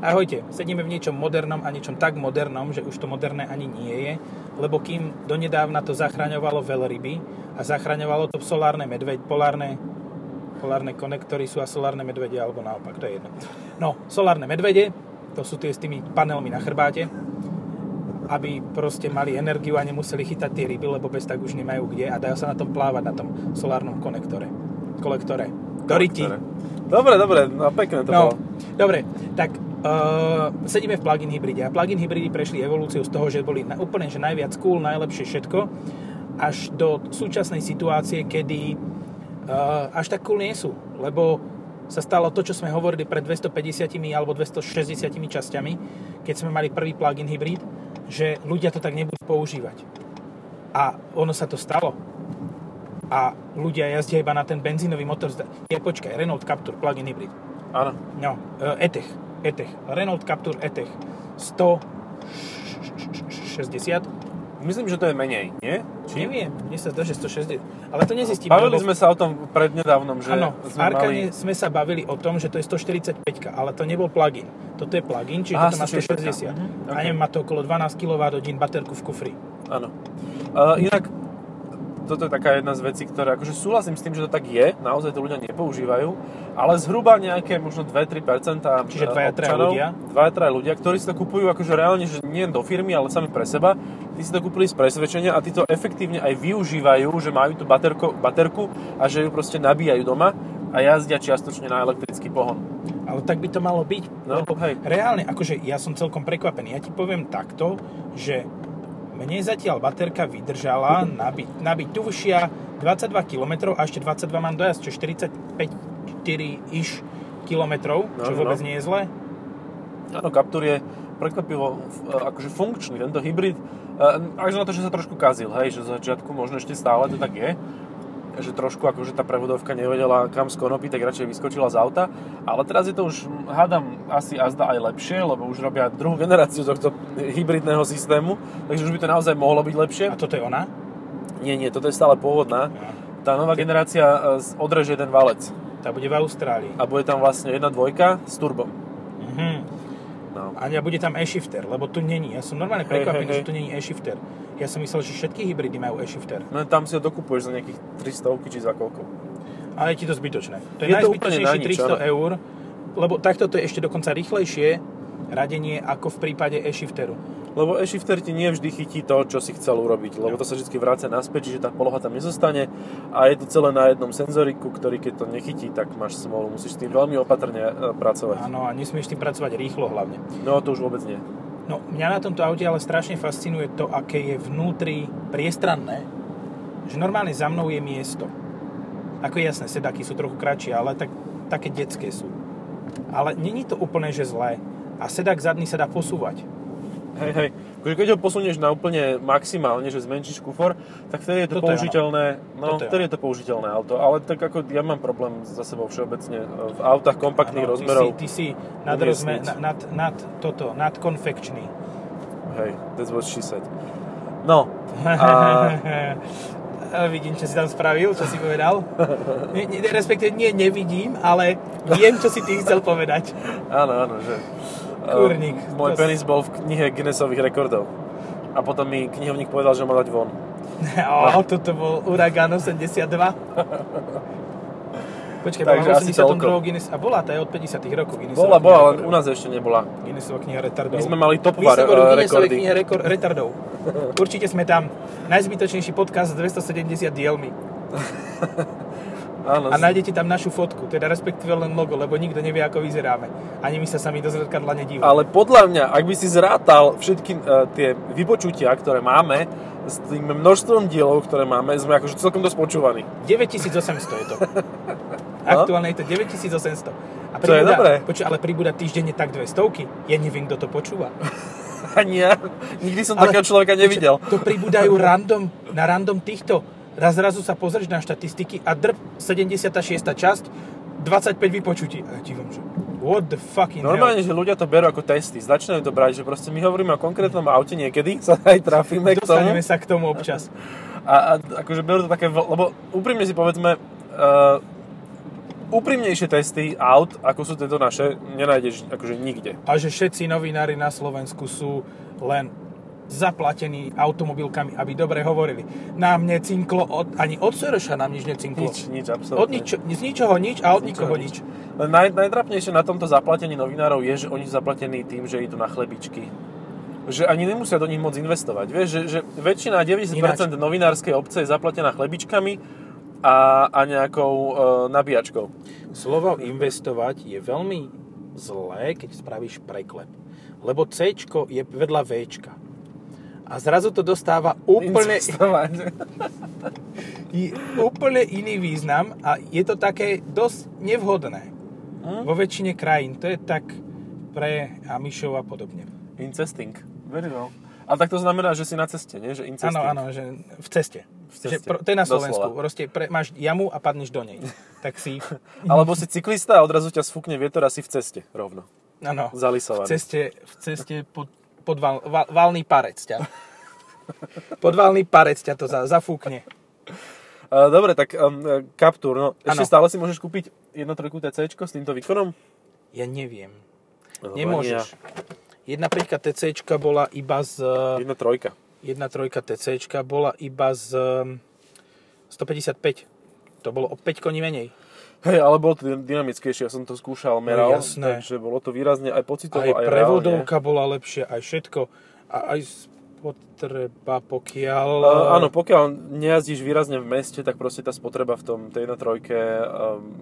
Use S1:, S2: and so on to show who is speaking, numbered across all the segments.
S1: Ahojte, sedíme v niečom modernom a niečom tak modernom, že už to moderné ani nie je, lebo kým donedávna to zachraňovalo veľryby a zachraňovalo to solárne medveď, polárne, polárne konektory sú a solárne medvede, alebo naopak, to je jedno. No, solárne medvede, to sú tie s tými panelmi na chrbáte, aby proste mali energiu a nemuseli chytať tie ryby, lebo bez tak už nemajú kde a dajú sa na tom plávať, na tom solárnom konektore. Kolektore. Doriti.
S2: Dobre, dobre, no pekné to
S1: No,
S2: bolo.
S1: dobre, tak uh, sedíme v plug-in hybride a plug-in hybridy prešli evolúciu z toho, že boli na, úplne že najviac cool, najlepšie všetko, až do súčasnej situácie, kedy uh, až tak cool nie sú, lebo sa stalo to, čo sme hovorili pred 250 alebo 260 časťami, keď sme mali prvý plug-in hybrid, že ľudia to tak nebudú používať. A ono sa to stalo a ľudia jazdia iba na ten benzínový motor. Zda- Je, počkaj, Renault Captur plug-in hybrid.
S2: Áno.
S1: No, e, Etech, Etech, Renault Captur Etech 160.
S2: Myslím, že to je menej, nie?
S1: Či? Neviem, mne sa zdá, že 160, ale to nezistíme.
S2: Bavili
S1: lebo-
S2: sme sa o tom prednedávnom, že
S1: Áno, v
S2: sme
S1: Arkane
S2: mali...
S1: sme sa bavili o tom, že to je 145, ale to nebol plugin. Toto je plugin, čiže
S2: Aha,
S1: to má
S2: 160.
S1: 160. A
S2: Mhm. Ok.
S1: neviem, má to okolo 12 kWh baterku v kufri.
S2: Áno. Uh, inak, toto je taká jedna z vecí, ktoré akože súhlasím s tým, že to tak je, naozaj to ľudia nepoužívajú, ale zhruba nejaké možno 2-3%
S1: Čiže
S2: e,
S1: dvaja, traja
S2: občanov,
S1: ľudia.
S2: dvaja, traja ľudia, ktorí si to kupujú akože reálne, že nie do firmy, ale sami pre seba, tí si to kúpili z presvedčenia a tí to efektívne aj využívajú, že majú tú baterko, baterku a že ju proste nabíjajú doma a jazdia čiastočne na elektrický pohon.
S1: Ale tak by to malo byť.
S2: No,
S1: lebo
S2: hej.
S1: Reálne, akože ja som celkom prekvapený. Ja ti poviem takto, že mne zatiaľ baterka vydržala nabiť, nabiť tušia 22 km a ešte 22 mám dojazd, čo 45 4 iš kilometrov, čo
S2: No, no.
S1: vôbec nie je zle.
S2: Áno, Captur je prekvapivo f- e, akože funkčný, tento hybrid, e, až na to, že sa trošku kazil, hej, že z začiatku možno ešte stále to tak je, že trošku akože tá prevodovka nevedela kam skonopí, tak radšej vyskočila z auta, ale teraz je to už, hm, hádam, asi azda aj lepšie, lebo už robia druhú generáciu tohto hybridného systému, takže už by to naozaj mohlo byť lepšie.
S1: A toto je ona?
S2: Nie, nie, toto je stále pôvodná. Tá nová generácia e, z- odreže jeden valec
S1: Tá bude v Austrálii.
S2: a bude tam vlastne jedna dvojka s turbom.
S1: Mhm.
S2: No.
S1: A ja bude tam e-shifter, lebo tu není. Ja som normálne
S2: Hej, hej,
S1: prekvapený, že
S2: hej.
S1: tu není e-shifter. Ja som myslel, že všetky hybridy majú e-shifter.
S2: no tam si ho dokupuješ za nejakých 300 či za koľko.
S1: Ale je ti to zbytočné. To je,
S2: Je to
S1: najzbytočnejší
S2: úplne na nič,
S1: 300 eur, lebo takto to je ešte dokonca rýchlejšie radenie ako v prípade e-shifteru.
S2: Lebo e-shifter ti nie vždy chytí to, čo si chcel urobiť, lebo to sa vždy vráca naspäť, čiže tá poloha tam nezostane a je to celé na jednom senzoriku, ktorý keď to nechytí, tak máš smolu, musíš s tým veľmi opatrne e, pracovať.
S1: Áno, a nesmieš tým pracovať rýchlo hlavne.
S2: No to už vôbec nie.
S1: No, mňa na tomto aute ale strašne fascinuje to, aké je vnútri priestranné. Že normálne za mnou je miesto. Ako je jasné, sedaky sú trochu kratšie, ale tak, také detské sú. Ale není to úplne, že zlé. A sedak zadný sa dá posúvať.
S2: Hej, hej. Akože keď ho posunieš na úplne maximálne, že zmenšíš kufor, tak vtedy je to
S1: Toto je
S2: použiteľné, no,
S1: Toto je
S2: vtedy je to použiteľné auto, ale tak ako ja mám problém za sebou všeobecne e, v autách kompaktných
S1: Áno,
S2: rozmerov.
S1: Ty si, ty si nad, rozme,
S2: Umiestniť.
S1: na, nad, nad toto, nadkonfekčný.
S2: Hej, that's what she said. No, a
S1: A vidím, čo si tam spravil, čo si povedal. Ne, ne, respektíve nie, nevidím, ale viem, čo si ty chcel povedať.
S2: Áno, áno, že...
S1: Kurník.
S2: Uh, môj
S1: To
S2: penis bol v knihe Guinnessových rekordov. A potom mi knihovník povedal, že ho má dať von.
S1: O, toto bol Uragan 82. Počkaj, bola
S2: Takže
S1: v
S2: asi
S1: 82.
S2: toľko.
S1: Guinness, a bola tá je od 50 rokov Guinnessova kniha
S2: Bola, bola, len
S1: rekordov.
S2: u nás ešte nebola.
S1: Guinnessova kniha retardov.
S2: My sme mali top
S1: My sme
S2: var,
S1: boli v
S2: eh,
S1: Guinnessovej
S2: rekordy.
S1: knihe rekor- retardov. Určite sme tam. Najzbytočnejší podcast s 270 dielmi.
S2: Áno,
S1: A nájdete tam našu fotku, teda respektíve len logo, lebo nikto nevie, ako vyzeráme. Ani my sa sami do zrkadla nedívame.
S2: ale podľa mňa, ak by si zrátal všetky uh, tie vypočutia, ktoré máme, s tým množstvom dielov, ktoré máme, sme akože celkom dosť počúvaní.
S1: 9800 je to. Aktuálne je to 9800. A
S2: To je dobré.
S1: Poču, ale pribúda týždenne tak dve stovky. Ja neviem, kto to počúva.
S2: Ani ja. Nikdy som
S1: Ale-
S2: takého človeka nevidel.
S1: To pribúdajú random, na random týchto. Raz zrazu sa pozrieš na štatistiky a drb 76. časť, 25 vypočutí. A ja ti vám, že what the fucking
S2: Normálne,
S1: hell.
S2: že ľudia to berú ako testy. Začínajú to brať, že proste my hovoríme o konkrétnom aute niekedy, sa aj trafíme k tomu.
S1: Dostaneme sa k tomu občas.
S2: A, a akože berú to také, vl- lebo úprimne si povedzme, uh, eh, úprimnejšie testy aut, ako sú tieto naše, nenájdeš akože nikde.
S1: A že všetci novinári na Slovensku sú len zaplatení automobilkami, aby dobre hovorili. Nám necinklo, od, ani od Soroša nám nič necinklo.
S2: Nič, nič,
S1: Od
S2: absolútne.
S1: nič, z ničoho nič a od nikoho nič.
S2: Len Naj, najdrapnejšie na tomto zaplatení novinárov je, že oni sú zaplatení tým, že idú na chlebičky. Že ani nemusia do nich moc investovať. Vieš, že, že väčšina, 90%
S1: Ináč.
S2: novinárskej obce je zaplatená chlebičkami a, a nejakou e, nabíjačkou.
S1: Slovo investovať je veľmi zlé, keď spravíš preklep. Lebo C je vedľa V. A zrazu to dostáva úplne,
S2: Investovať.
S1: i- úplne iný význam a je to také dosť nevhodné.
S2: Hm?
S1: Vo väčšine krajín to je tak pre Amišov a podobne.
S2: Incesting. Very well. Ale tak to znamená, že si na ceste, nie? Že incesting.
S1: Áno, áno, že v ceste.
S2: V
S1: Že
S2: ceste,
S1: pro, to je na
S2: doslova.
S1: Slovensku. Proste pre, máš jamu a padneš do nej. Tak si,
S2: Alebo si cyklista a odrazu ťa sfúkne vietor a si v ceste rovno.
S1: áno, v
S2: Zalisovaný.
S1: ceste, v ceste pod, pod val, val, valný parec ťa. Podvalný parec ťa to za, zafúkne.
S2: Uh, dobre, tak um, Captur, no ešte
S1: Áno.
S2: stále si môžeš kúpiť 1.3 TC s týmto výkonom?
S1: Ja neviem.
S2: No,
S1: Nemôžeš. Jedna príka TC bola iba z...
S2: Jedna trojka.
S1: Jedna trojka TC bola iba z um, 155. To bolo o 5 koní menej.
S2: Hej, ale bolo to dyn- dynamickejšie, ja som to skúšal,
S1: No
S2: meral,
S1: jasné.
S2: takže bolo to výrazne aj pocitovo,
S1: Aj
S2: aj, reálne.
S1: prevodovka bola lepšia, aj všetko. A aj spotreba, pokiaľ...
S2: Uh, áno, pokiaľ nejazdíš výrazne v meste, tak proste tá spotreba v tom tej 1.3 um,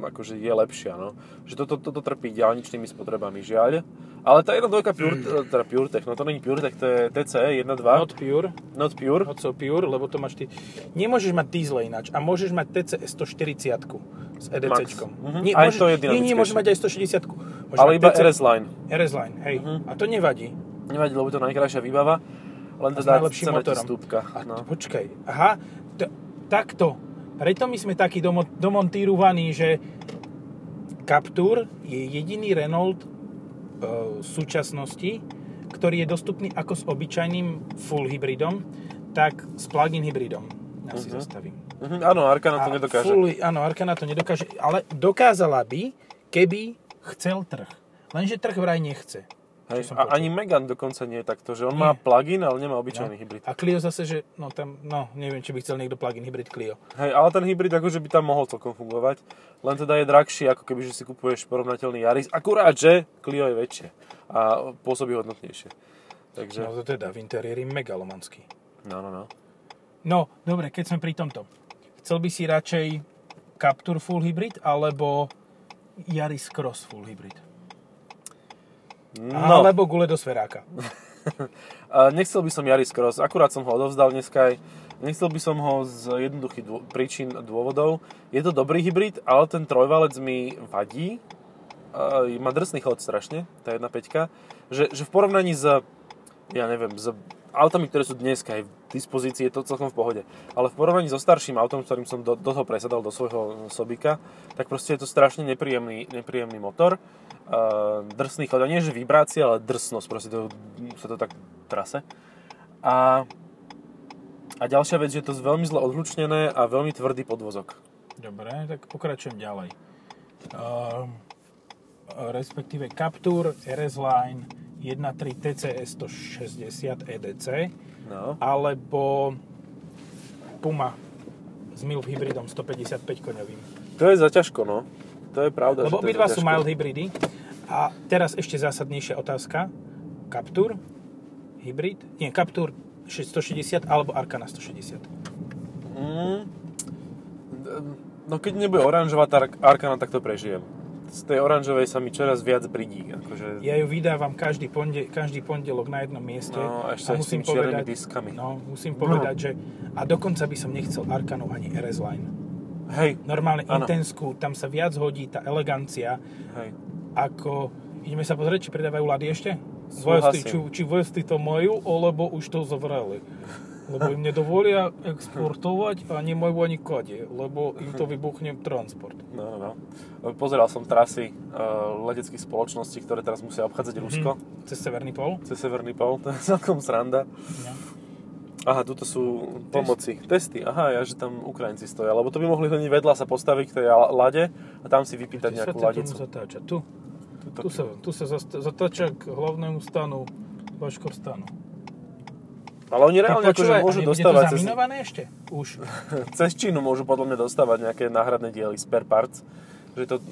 S2: akože je lepšia, no. Že toto, toto trpí diálničnými spotrebami, žiaľ. Ale tá 1.2 Pure, teda Pure Tech, no to není Pure Tech, to je TC 1.2, not,
S1: Mm. Not pure,
S2: not Pure.
S1: not so pure, lebo to máš ty... Nemôžeš mať diesel ináč a môžeš mať TCS 140 s E EDC.
S2: Mhm. Aj to
S1: nie, nie,
S2: je dynamickejšie.
S1: môžeš mať aj 160
S2: ale iba Mhm. RS Line.
S1: RS Line, hej. A to nevadí.
S2: Nevadí, lebo je to najkrajšia výbava, len
S1: A s
S2: teda
S1: najlepším
S2: cena ti
S1: motorom.
S2: stúpka.
S1: A no.
S2: No.
S1: počkaj, aha, t- takto. Preto my sme takí domo- domontírovaní, že Captur je jediný Renault e, v súčasnosti, ktorý je dostupný ako s obyčajným full hybridom, tak s plug-in hybridom. Ja si
S2: Mhm.
S1: zastavím.
S2: Mhm, áno, Arkana to
S1: A
S2: nedokáže.
S1: Fully, áno, Arkana to nedokáže, ale dokázala by, keby chcel trh. Lenže trh vraj nechce.
S2: Hej,
S1: som
S2: a
S1: počul.
S2: ani Megan dokonca nie je takto, že on
S1: Nie.
S2: má plug-in, ale nemá obyčajný hybrid.
S1: A Clio zase, že no tam, no neviem, či by chcel niekto plug-in hybrid Clio.
S2: Hej, ale ten hybrid akože by tam mohol celkom fungovať, len teda je drahší, ako keby že si kupuješ porovnateľný Yaris, akurát, že Clio je väčšie a pôsobí hodnotnejšie.
S1: No
S2: Takže,
S1: to teda v interiéri megalomanský.
S2: no, no, no.
S1: No, dobre, keď sme pri tomto. Chcel by si radšej Captur full hybrid alebo Yaris Cross full hybrid?
S2: no.
S1: Alebo gule do sferáka.
S2: A nechcel by som Yaris Cross, akurát som ho odovzdal dneska aj. Nechcel by som ho z jednoduchých dô- príčin a dôvodov. Je to dobrý hybrid, ale ten trojvalec mi vadí. E, má drsný chod strašne, tá 1.5. Že, že v porovnaní s, ja neviem, s autami, ktoré sú dneska aj v dispozícii, je to celkom v pohode. Ale v porovnaní so starším autom, s ktorým som do, do toho presadal, do svojho sobika, tak proste je to strašne nepríjemný, nepríjemný motor. Uh, drsný chod, a nie že vibrácia, ale drsnosť, proste to, sa to tak trase. A, a ďalšia vec, že je to veľmi zle odhlučnené a veľmi tvrdý podvozok.
S1: Dobre, tak pokračujem ďalej. Ehm, respektíve Captur RS Line 1.3 TCS 160 EDC
S2: No.
S1: E alebo Puma s MILF hybridom 155 koňovým.
S2: To je za ťažko, no. To je pravda.
S1: Lebo
S2: že to je
S1: obidva
S2: za
S1: sú
S2: ťažko.
S1: mild hybridy. A teraz ešte zásadnejšia otázka. Captur, hybrid, nie, Captur 160 alebo Arkana 160.
S2: Mm. No keď nebude oranžová tá Ark- Arkana, tak to prežijem. Z tej oranžovej sa mi čoraz viac pridí. Akože,
S1: Ja ju vydávam každý, ponde, každý pondelok na jednom mieste.
S2: No, ešte
S1: a
S2: aj s
S1: musím
S2: tými čiernymi
S1: povedať,
S2: diskami.
S1: No, musím povedať, že... A dokonca by som nechcel Arkanu ani RS Line.
S2: Hej,
S1: Normálne
S2: Áno.
S1: intensku, tam sa viac hodí tá elegancia,
S2: hej.
S1: ako... Ideme sa pozrieť, či predávajú lady ešte?
S2: Súhlasím.
S1: Vojsty, či, či vojsty to majú, alebo už to zavreli. Lebo im nedovolia exportovať a nemajú ani kade, lebo im to vybuchne transport.
S2: No, no, no. Pozeral som trasy uh, leteckých spoločností, ktoré teraz
S1: Mhm.
S2: musia obchádzať Rusko
S1: Cez Severný pol.
S2: cez Severný pol. To je celkom sranda.
S1: No.
S2: Aha, tuto sú pomoci. Testy. Aha, ja, že tam Ukrajinci stoja. Lebo to by mohli hneď vedľa sa postaviť k tej la- lade a tam si vypýtať
S1: Kde sa
S2: nejakú
S1: to tomu
S2: ladicu.
S1: zatáča? Tu.
S2: Tuto.
S1: Tu sa, tu sa zast- zatáča k hlavnému stanu Baškorstanu.
S2: Ale oni reálne akože
S1: počúvaj, a
S2: môžu
S1: nebude
S2: dostávať
S1: to
S2: cez,
S1: zaminované ešte? Už.
S2: cez Čínu môžu podľa mňa dostávať nejaké náhradné diely, spare parts, že to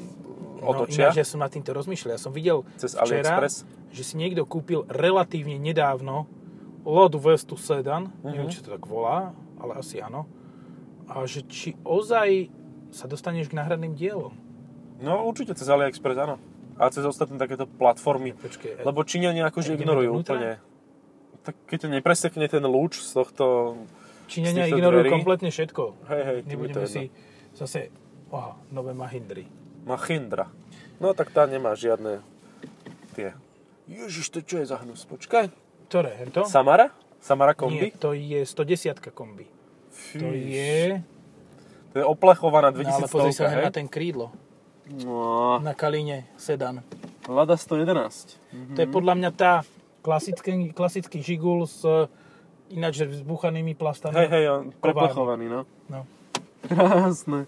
S1: No,
S2: otočia
S1: ináč, ja som nad týmto rozmýšľal. Ja som videl
S2: cez
S1: včera,
S2: AliExpress.
S1: že si niekto kúpil relatívne nedávno Lod Vestu Sedan, mm-hmm. neviem,
S2: Mhm.
S1: či to tak volá, ale asi áno, a že či ozaj sa dostaneš k náhradným dielom.
S2: No určite cez AliExpress, áno. A cez ostatné takéto platformy.
S1: Počkej,
S2: Lebo Číňania akože
S1: Ideme
S2: ignorujú
S1: dovnútra?
S2: úplne. Tak keď ťa nepresekne ten lúč z tohto...
S1: Číňania
S2: z týchto
S1: ignorujú
S2: dverí?
S1: kompletne všetko.
S2: Hej, hej, tým je to
S1: Nebudeme
S2: jedno.
S1: si zase, aha, nové Mahindry.
S2: Machindra. No tak tá nemá žiadne tie... Ježiš, to čo je za hnus? Počkaj.
S1: Ktoré, hento?
S2: Samara? Samara
S1: Nie,
S2: kombi?
S1: to je 110 kombi.
S2: Fíš.
S1: To je...
S2: To je oplechovaná
S1: No, ale pozri
S2: 2000
S1: sa
S2: hej?
S1: na ten krídlo.
S2: No,
S1: Na Kalíne sedan.
S2: Lada 111.
S1: To je podľa mňa tá klasický, klasický žigul s e, ináč vzbuchanými plastami.
S2: Hej, hej, on preplechovaný, no.
S1: No.
S2: Krásne.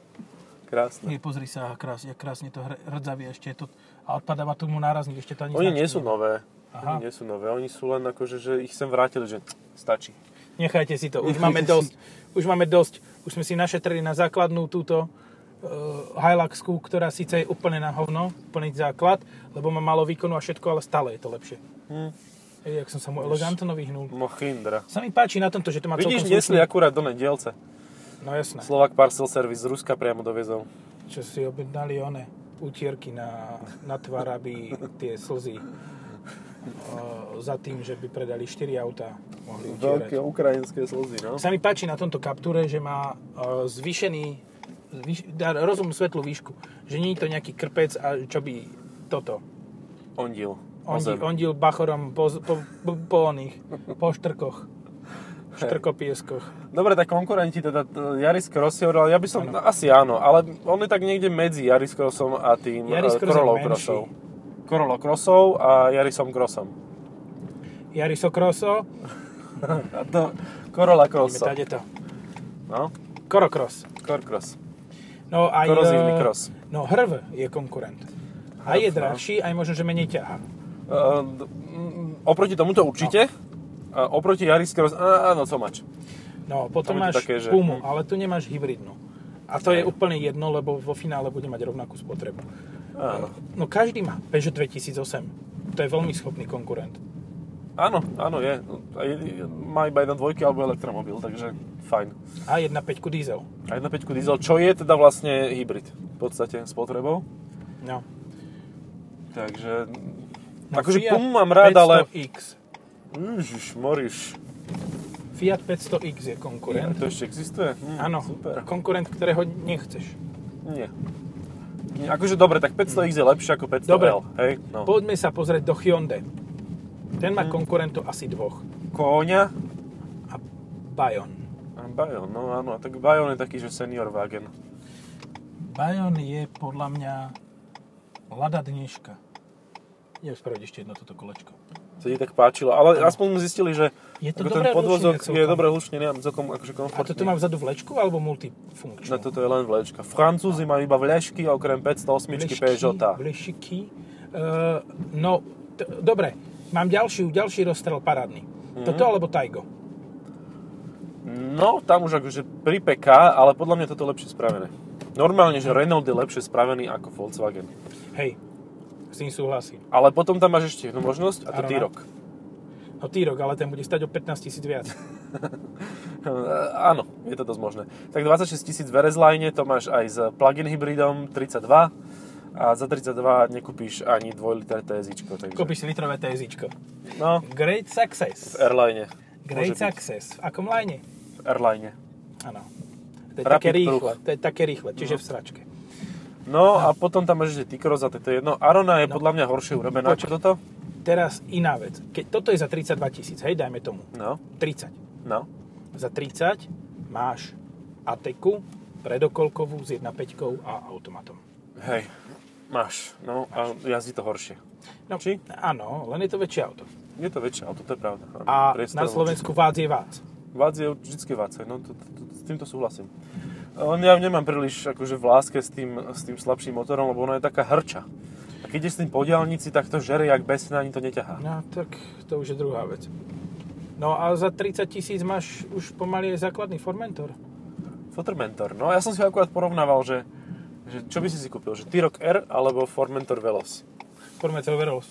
S2: Krásne.
S1: Nie, pozri sa, krásne, krásne to hre- hrdzavie ešte je to. A odpadáva tu mu nárazník, ešte to ani
S2: Oni
S1: značky
S2: nie sú
S1: nemá.
S2: nové.
S1: Aha.
S2: Oni nie sú nové. Oni sú len akože, že ich sem vrátili, že stačí.
S1: Nechajte si to, už
S2: Nechajte
S1: máme
S2: si-
S1: dosť. Už máme dosť. Už sme si našetrili na základnú túto uh, Hiluxku, ktorá síce je úplne na hovno, úplný základ, lebo má málo výkonu a všetko, ale stále je to lepšie.
S2: Hm.
S1: Ej, jak som sa mu elegantno vyhnul.
S2: Mochindra.
S1: Sa mi páči na tomto, že to má
S2: Vidíš,
S1: celkom
S2: nesli akurát do dielce.
S1: slušný- No jasné.
S2: Slovak Parcel Service z Ruska priamo dovezol.
S1: čo si objednali one utierky na, na tvár, aby tie slzy o, za tým, že by predali 4 auta, mohli utierať.
S2: ukrajinské slzy, no.
S1: Sa mi páči na tomto kaptúre, že má o, zvýšený zvýš, dá rozum svetlú výšku. Že nie je to nejaký krpec, a čo by toto.
S2: Ondil.
S1: Ondil,
S2: Ozem.
S1: ondil bachorom po, po, po, po oných, po štrkoch. Štrkopieskoch.
S2: Dobre, tak konkurenti teda t- Yaris Cross je ale ja by som, no, asi áno, ale on je tak niekde medzi Yaris Crossom a tým
S1: Yaris
S2: eh,
S1: Cross je
S2: Corollou
S1: menší.
S2: Crossov. Corolla Crossov a Yarisom Crossom.
S1: Jariso Kroso,
S2: A to Corolla
S1: ideme
S2: Crossa.
S1: tady to.
S2: No,
S1: Korokros.
S2: Cor Cross.
S1: No aj...
S2: Korozívny
S1: e,
S2: cross.
S1: No hrv je konkurent. A je
S2: Hrv, no.
S1: drahší, aj možno, že menej ťahá.
S2: Uh, d- mm, oproti tomuto určite. A oproti Yaris Cross, á, áno, co mač.
S1: No, potom
S2: Tam je to
S1: máš
S2: také, že-
S1: Pumu,
S2: hm.
S1: ale tu nemáš hybridnú. A to je úplne jedno, lebo vo finále bude mať rovnakú spotrebu.
S2: Áno.
S1: No každý má Peugeot 2008. To je veľmi schopný konkurent.
S2: Áno, áno, je. A je- je- Má iba jeden dvojky alebo elektromobil, takže fajn.
S1: A 1.5 diesel.
S2: A 1.5 diesel, čo je teda vlastne hybrid v podstate s potrebou.
S1: No.
S2: Takže...
S1: no
S2: akože
S1: Fiat
S2: Pumu mám rád, ale...
S1: 500X.
S2: Ježiš, Moriš.
S1: Fiat 500X je konkurent.
S2: To ešte existuje? Hm,
S1: Áno,
S2: Super.
S1: konkurent, ktorého nechceš.
S2: Nie. Nie. Akože dobre, tak 500X je lepšie ako 500L.
S1: Dobre.
S2: Hej, no. Mhm.
S1: Poďme sa pozrieť do Hyundai. Ten má konkurentu asi dvoch.
S2: Kóňa?
S1: A Bayon.
S2: A Bayon, no áno. A tak Bayon je taký, že senior wagon.
S1: Bayon je podľa mňa Lada dneška. Idem spraviť ešte jedno toto kolečko.
S2: Sa ti tak páčilo. Ale aspoň sme zistili, že
S1: Je to
S2: ako
S1: dobré
S2: ten podvozok
S1: hlučenie
S2: je
S1: celkom.
S2: dobre hlučnený a celkom akože
S1: A
S2: komfortný.
S1: toto má vzadu vlečku alebo multifunkčnú?
S2: Na toto je len vlečka. Francúzi majú iba vlečky okrem 508 Peugeota.
S1: Vlešiky. Uh, no, t- dobre. Mám ďalší, ďalší rozstrel parádny.
S2: Mhm.
S1: Toto alebo Taigo?
S2: No, tam už akože pripeká, ale podľa mňa toto je lepšie spravené. Normálne, že Renault je lepšie spravený ako Volkswagen.
S1: Hej, s tým súhlasím.
S2: Ale potom tam máš ešte jednu možnosť a to
S1: Arona?
S2: T-Roc.
S1: No T-Roc, ale ten bude stať o 15 tisíc viac.
S2: E, Áno, je to dosť možné. Tak 26 tisíc v Erezline, to máš aj s plug-in hybridom 32 a za 32 nekúpíš ani 2 liter TSIčko. Takže...
S1: Kúpiš si litrové TSIčko.
S2: No,
S1: Great success.
S2: v Airline.
S1: Great
S2: Môže byť.
S1: success. V akom line?
S2: V Airline.
S1: Áno. To je
S2: Rapid
S1: také
S2: proof.
S1: rýchle, to je také rýchle, čiže v sračke.
S2: No a potom tam máš ešte T-Cross a to je jedno. Arona je podľa mňa horšie urobená
S1: No. Počkaj.
S2: ako toto.
S1: Teraz iná vec. Keď, toto je za 32 tisíc, hej, dajme tomu.
S2: No,
S1: 30.
S2: no.
S1: Za 30 máš Ateku, predokolkovú s 1.5 a automatom.
S2: Hej, máš. No a jazdí to horšie.
S1: No,
S2: Či?
S1: áno, len je to väčšie auto.
S2: Je to väčšie auto, to je pravda.
S1: A
S2: Priestorovo.
S1: na Slovensku vác je vác.
S2: Vác je vždycky váce, no to, to, to, s týmto súhlasím. Len ja ju nemám príliš akože v láske s tým, s tým slabším motorom, lebo ona je taká hrča. A keď ideš s tým po diálnici, tak to žere jak besne, ani to neťahá.
S1: No tak to už je druhá vec. No a za 30 tisíc máš už pomaly aj základný Formentor.
S2: Formentor, no ja som si ho akurát porovnával, že, že čo by si si kúpil, že T-Roc R alebo Formentor Velos.
S1: Formentor Veros.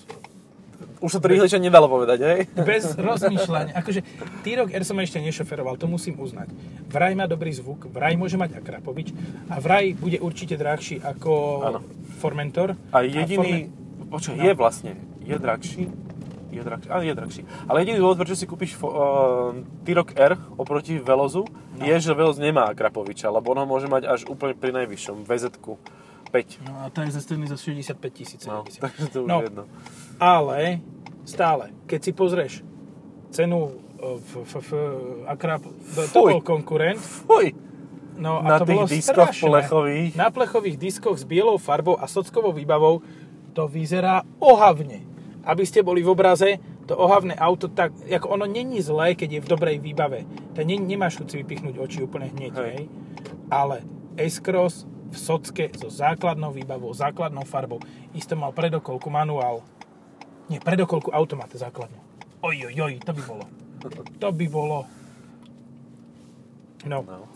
S2: Už sa to rýchlejšie nedalo povedať, hej?
S1: Bez rozmýšľania. Akože T-Roc R som ešte nešoferoval, to musím uznať. Vraj má dobrý zvuk, vraj môže mať Akrapovič a vraj bude určite drahší ako
S2: Áno.
S1: Formentor.
S2: A jediný, počkaj, je vlastne, je drahší, je drahší, ale je drahší. Ale jediný dôvod, prečo si kúpiš fo- eh, T-Roc R oproti Velozu, je, že Veloz nemá Krapoviča, lebo on ho môže mať až úplne pri najvyššom, vz 5.
S1: No a to je zastavený za 65 tisíc.
S2: No,
S1: 70.
S2: takže to už
S1: No.
S2: je jedno.
S1: Ale stále, keď si pozrieš cenu e, f, f, f, Akrap, to, to
S2: Fuj.
S1: bol konkurent,
S2: Fuj,
S1: no a
S2: na
S1: to
S2: tých
S1: bolo
S2: diskoch
S1: strašné.
S2: plechových.
S1: Na plechových diskoch s bielou farbou a sockovou výbavou to vyzerá ohavne. Aby ste boli v obraze, to ohavné auto, tak, ako ono není zlé, keď je v dobrej výbave. To ne, nemáš chuť si vypichnúť oči úplne hneď,
S2: Hej.
S1: hej. Ale S-Cross v socke so základnou výbavou, základnou farbou. Isto mal predokolku manuál. Nie, predokolku automat základnú. Oj, oj, oj, to by bolo. To by bolo. No.
S2: No.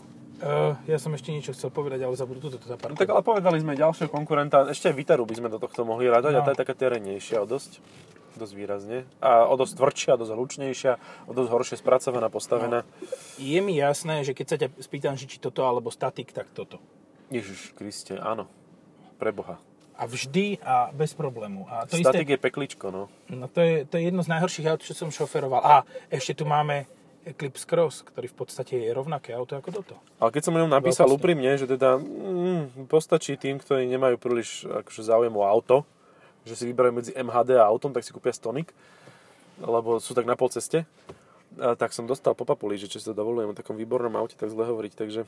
S1: Uh, ja som ešte niečo chcel povedať, ale zabudol toto to
S2: No
S1: zaparkovať.
S2: tak ale povedali sme ďalšieho konkurenta, ešte aj Vitaru by sme do tohto mohli radať no. a
S1: No.
S2: tá je taká terenejšia o dosť, dosť výrazne. A o dosť tvrdšia, o dosť hlučnejšia, o dosť horšie spracovaná, postavená. No.
S1: Je mi jasné, že keď sa ťa spýtam, že či toto alebo statik, tak toto.
S2: Ježiš Kriste, áno. Preboha.
S1: A vždy a bez problému. A to, isté,
S2: Statik je pekličko, no.
S1: no to, je, to je jedno z najhorších aut, čo som šoferoval. A ešte tu máme Eclipse Cross, ktorý v podstate je rovnaké auto ako toto.
S2: Ale keď som o ňom napísal
S1: Veľkosne.
S2: úprimne, že teda mm, postačí tým, ktorí nemajú príliš akože, záujem o auto, že si vyberajú medzi MHD a autom, tak si kúpia Stonic, lebo sú tak na polceste. A tak som dostal po papuli, že čo si to dovolujem o takom výbornom aute tak zle hovoriť, takže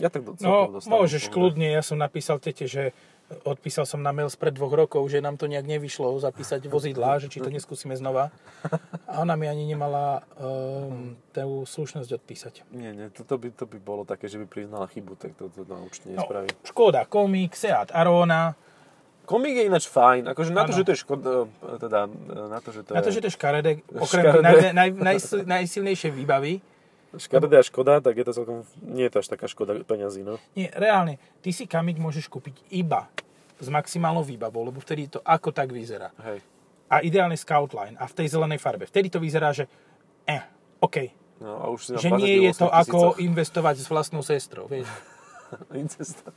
S2: ja tak do,
S1: No,
S2: celkom dostávam
S1: môžeš
S2: pohodu.
S1: kľudne, ja som napísal tete, že odpísal som na mail spred dvoch rokov, že nám to nejak nevyšlo zapísať vozidlá, že či to neskúsime znova. A ona mi ani nemala um, tú slušnosť odpísať.
S2: Nie, nie, toto by, to by bolo také, že by priznala chybu, tak to, to, to určite
S1: No,
S2: nespraví.
S1: Škoda, Komik, Seat Arona,
S2: Komik je ináč fajn, akože na
S1: Áno.
S2: to, že to je škoda, teda na to, že to
S1: Na to,
S2: je
S1: že to je škaredé, okrem
S2: Škaredé.
S1: Naj, naj, naj, najsilnejšie výbavy,
S2: škaredá škoda, tak je to celkom, nie je to až taká škoda peňazí, no.
S1: nie, reálne, ty si kamik môžeš kúpiť iba s maximálnou výbavou, lebo vtedy to ako tak vyzerá.
S2: Hej.
S1: A ideálne Scoutline a v tej zelenej farbe. Vtedy to vyzerá, že eh, OK,
S2: No, a už si na
S1: že nie je to
S2: 28
S1: ako
S2: tisícoch
S1: investovať s vlastnou sestrou, vieš.
S2: incesta.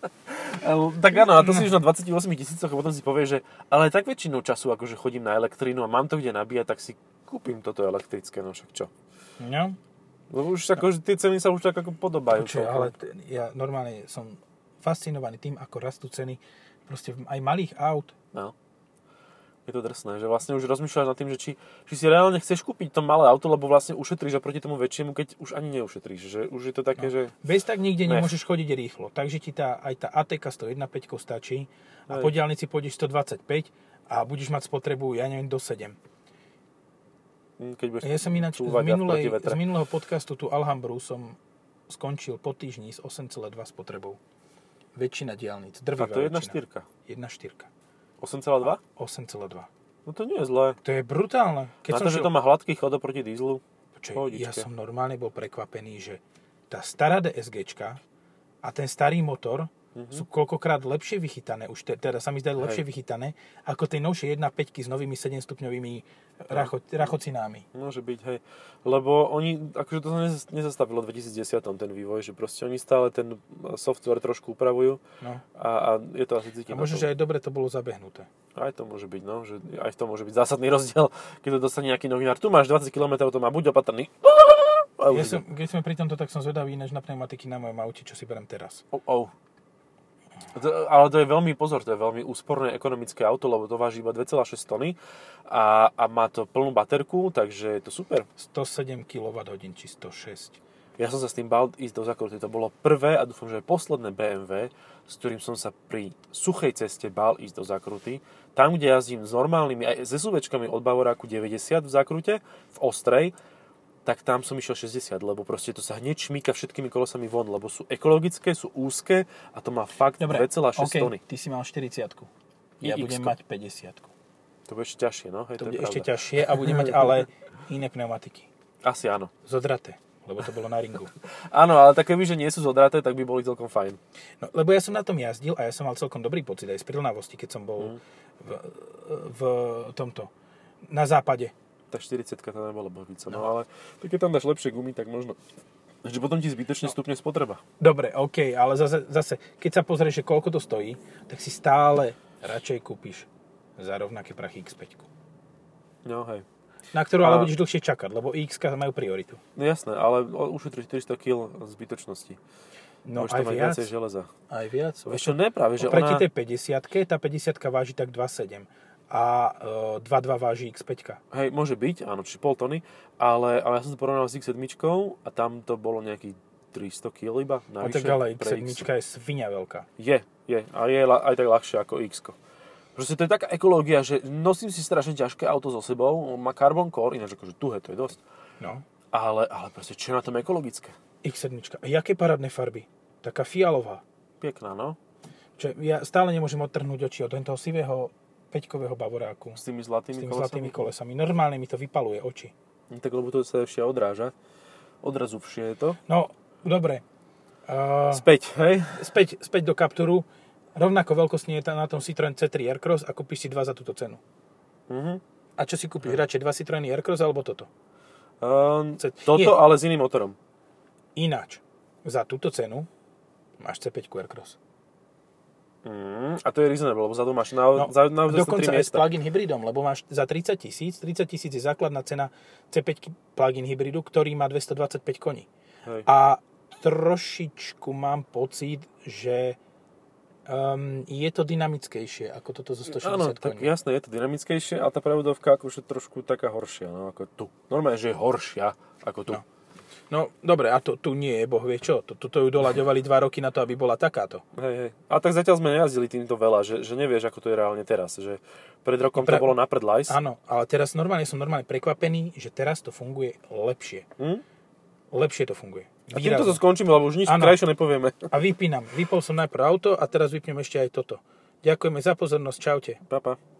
S2: Ale- Ehm, tak áno, a to
S1: No.
S2: si už na 28 tisícoch a potom si povie, že ale tak väčšinou času akože chodím na elektrínu a mám to kde nabíjať, tak si kúpim toto elektrické, no však čo.
S1: No?
S2: Lebo už akože tie ceny sa už tak ako podobajú.
S1: Čo,
S2: celkom.
S1: No. ale t- ja normálne som fascinovaný tým, ako rastú ceny proste aj malých aut.
S2: No. Je to drsné, že vlastne už rozmýšľaš nad tým, že či, či si reálne chceš kúpiť to malé auto, lebo vlastne ušetríš oproti tomu väčšiemu, keď už ani neušetríš. Že už je to také, no. že...
S1: Bez tak nikde
S2: Ne.
S1: nemôžeš chodiť rýchlo, takže ti tá, aj tá ATK 101.5 stačí a
S2: Hej.
S1: po diálnici pôjdeš 125 a budeš mať spotrebu, ja neviem, do 7.
S2: hm, Keď budeš
S1: Ja som ináč z,
S2: cúvať a v
S1: minulej,
S2: protivetre.
S1: z minulého podcastu tú Alhambru som skončil po týždni s 8,2 spotrebou. Väčšina diálnic,
S2: A
S1: drvivá
S2: to je jedna
S1: väčšina.
S2: štyrka.
S1: 1,4.
S2: 8,2?
S1: 8,2.
S2: No to nie je zlé.
S1: To je brutálne. Keď
S2: Na
S1: som
S2: to, že
S1: šiel-
S2: to má hladký chod oproti dízlu.
S1: Počuj,
S2: Pohodičke.
S1: ja som normálne bol prekvapený, že tá stará DSGčka a ten starý motor
S2: Mhm.
S1: mm-hmm. sú koľkokrát lepšie vychytané, už te, teda sa mi zdá lepšie vychytané, ako tej novšie 1.5 s novými 7-stupňovými racho, rachocinami.
S2: Môže byť, hej. Lebo oni, akože to sa nezas- nezastavilo v 2010 ten vývoj, že proste oni stále ten software trošku upravujú
S1: No.
S2: a, a je to asi
S1: A
S2: cítiť. na
S1: možno,
S2: tom.
S1: že aj dobre to bolo zabehnuté.
S2: Aj to môže byť, no, že aj v tom môže byť zásadný rozdiel, keď to dostane nejaký novinár. Tu máš 20 km, to má buď opatrný.
S1: Ja
S2: A už
S1: som,
S2: som...
S1: keď sme pri tomto, tak som zvedavý ináč na pneumatiky na mojom aute, čo si berem teraz.
S2: oh, oh. To, ale to je veľmi, pozor, to je veľmi úsporné ekonomické auto, lebo to váži iba 2,6 tony a, a má to plnú baterku, takže je to super.
S1: 107 kWh či 106.
S2: Ja som sa s tým bal ísť do zakruty. To bolo prvé a dúfam, že aj posledné BMW, s ktorým som sa pri suchej ceste bal ísť do zakruty. Tam, kde jazdím s normálnymi, aj s SUVčkami od Bavoráku 90 v zakrute, v Ostrej, tak tam som išiel 60, lebo proste to sa hneď šmíka všetkými kolosami von, lebo sú ekologické, sú úzke a to má fakt 2,6
S1: okej,
S2: tony.
S1: ty si mal 40 Ja
S2: I
S1: budem
S2: X-ko.
S1: mať 50
S2: To bude ešte ťažšie, no? Hej,
S1: To
S2: to,
S1: bude
S2: je
S1: ešte
S2: pravda.
S1: ťažšie a budem mať ale iné pneumatiky.
S2: Asi áno.
S1: Zodraté, lebo to bolo na ringu.
S2: Áno, ale tak keby, že nie sú zodraté, tak by boli celkom fajn.
S1: No, lebo ja som na tom jazdil a ja som mal celkom dobrý pocit aj z prilnavosti, keď som bol
S2: Mm.
S1: v, v tomto, na západe.
S2: Tá 40 to nebola bavica, no. ale tak keď tam dáš lepšie gumy, tak možno... No. Že potom ti zbytočne stupne spotreba.
S1: Dobre, OK, ale zase, zase, keď sa pozrieš, že koľko to stojí, tak si stále radšej kúpiš za rovnaké prachy X5.
S2: No hej.
S1: Na ktorú ale
S2: A-
S1: budeš dlhšie čakať, lebo X majú prioritu.
S2: No jasné, ale o- ušetriš 400 kg zbytočnosti.
S1: No
S2: Môžeš tam
S1: aj
S2: mať
S1: viac,
S2: viacej železa.
S1: aj viac.
S2: Vieš čo, ne práve, že
S1: Oproti
S2: ona...
S1: tej 50 tá 50 váži tak 2,7 a e, 2,2 váži X5.
S2: Hej, môže byť, áno, či pol tony, ale, ale ja som to porovnal s X7 a tam to bolo nejakých 300 kg iba.
S1: A
S2: Navyše
S1: tak ale
S2: pre
S1: X7 je svinia veľká.
S2: Je, je. A je la- aj tak ľahšie ako x Proste to je taká ekológia, že nosím si strašne ťažké auto so sebou, má carbon core, ináč akože tuhé, to je dosť.
S1: No.
S2: Ale, ale proste, čo je na tom ekologické?
S1: X7. A jaké parádne farby? Taká fialová.
S2: Pekná, no?
S1: Čo, ja stále nemôžem odtrhnúť oči od toho sivého peťkového bavoráku
S2: S tými
S1: s
S2: zlatými
S1: tými
S2: kolesami.
S1: zlatými kolesami. Normálne mi to vypaluje oči.
S2: No, Tak lebo to sa ešte odráža. Odrazuvšie je to.
S1: No, dobre. Uh,
S2: Späť, hej?
S1: späť, späť do kapturu. Rovnako veľkostne je tá- na tom Citroen C3 Aircross a kúpiš si dva za túto cenu.
S2: Mhm.
S1: A čo si kúpiš? Radšej dva Citroeny Aircross alebo toto?
S2: Ehm,
S1: Ce-
S2: toto,
S1: nie.
S2: ale s iným motorom.
S1: Ináč, za túto cenu máš C5 Aircross.
S2: Mm, a to je reasonable, lebo za to máš na, no, za, na,
S1: dokonca aj s
S2: miesta.
S1: plug-in hybridom, lebo máš za 30 tisíc, 30 tisíc je základná cena C5 plug-in hybridu, ktorý má 225 koní.
S2: Hej.
S1: A trošičku mám pocit, že um, je to dynamickejšie ako toto zo 160
S2: Áno, tak
S1: koní.
S2: jasné, je to dynamickejšie a tá prevodovka akože trošku taká horšia, no ako tu. Normálne, že je horšia ako tu.
S1: No. No dobre, a to tu nie je, boh vie čo. To- Toto ju doľaďovali dva roky na to, aby bola takáto.
S2: Hej, hej. A tak zatiaľ sme nejazdili týmto veľa, že, že nevieš, ako to je reálne teraz. Že pred rokom
S1: Pra-
S2: to bolo na predlajs.
S1: Áno, ale teraz normálne som normálne prekvapený, že teraz to funguje lepšie.
S2: Hm?
S1: Lepšie to funguje.
S2: A týmto
S1: Výrazne.
S2: to skončíme, lebo už nič
S1: Áno.
S2: krajšie nepovieme.
S1: A vypínam. Vypol som najprv auto a teraz vypnem ešte aj toto. Ďakujeme za pozornosť. Čaute.
S2: Papa. Pa.